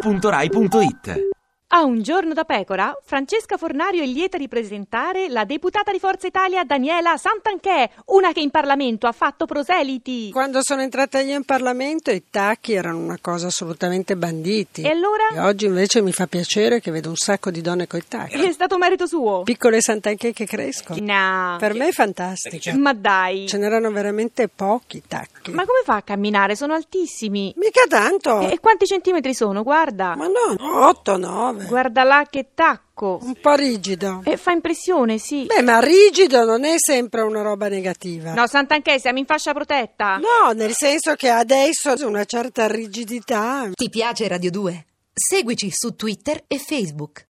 radio2pod.rai.it A un giorno da pecora, Francesca Fornario è lieta di presentare la deputata di Forza Italia Daniela Santanchè, una che in Parlamento ha fatto proseliti. Quando sono entrata io in Parlamento i tacchi erano una cosa assolutamente banditi. E allora? E oggi invece mi fa piacere che vedo un sacco di donne coi tacchi. È stato merito suo? Piccole santanche che crescono. No. Per me è fantastico. Ma dai. Ce n'erano veramente pochi tacchi. Ma come fa a camminare? Sono altissimi. Mica tanto. E quanti centimetri sono? Guarda. Oh. Ma no, 8, 9. Guarda là che tacco. Un po' rigido. E fa impressione, sì. Beh, ma rigido non è sempre una roba negativa. No, Santanchè, siamo in fascia protetta. No, nel senso che adesso una certa rigidità Ti piace Radio 2? Seguici su Twitter e Facebook.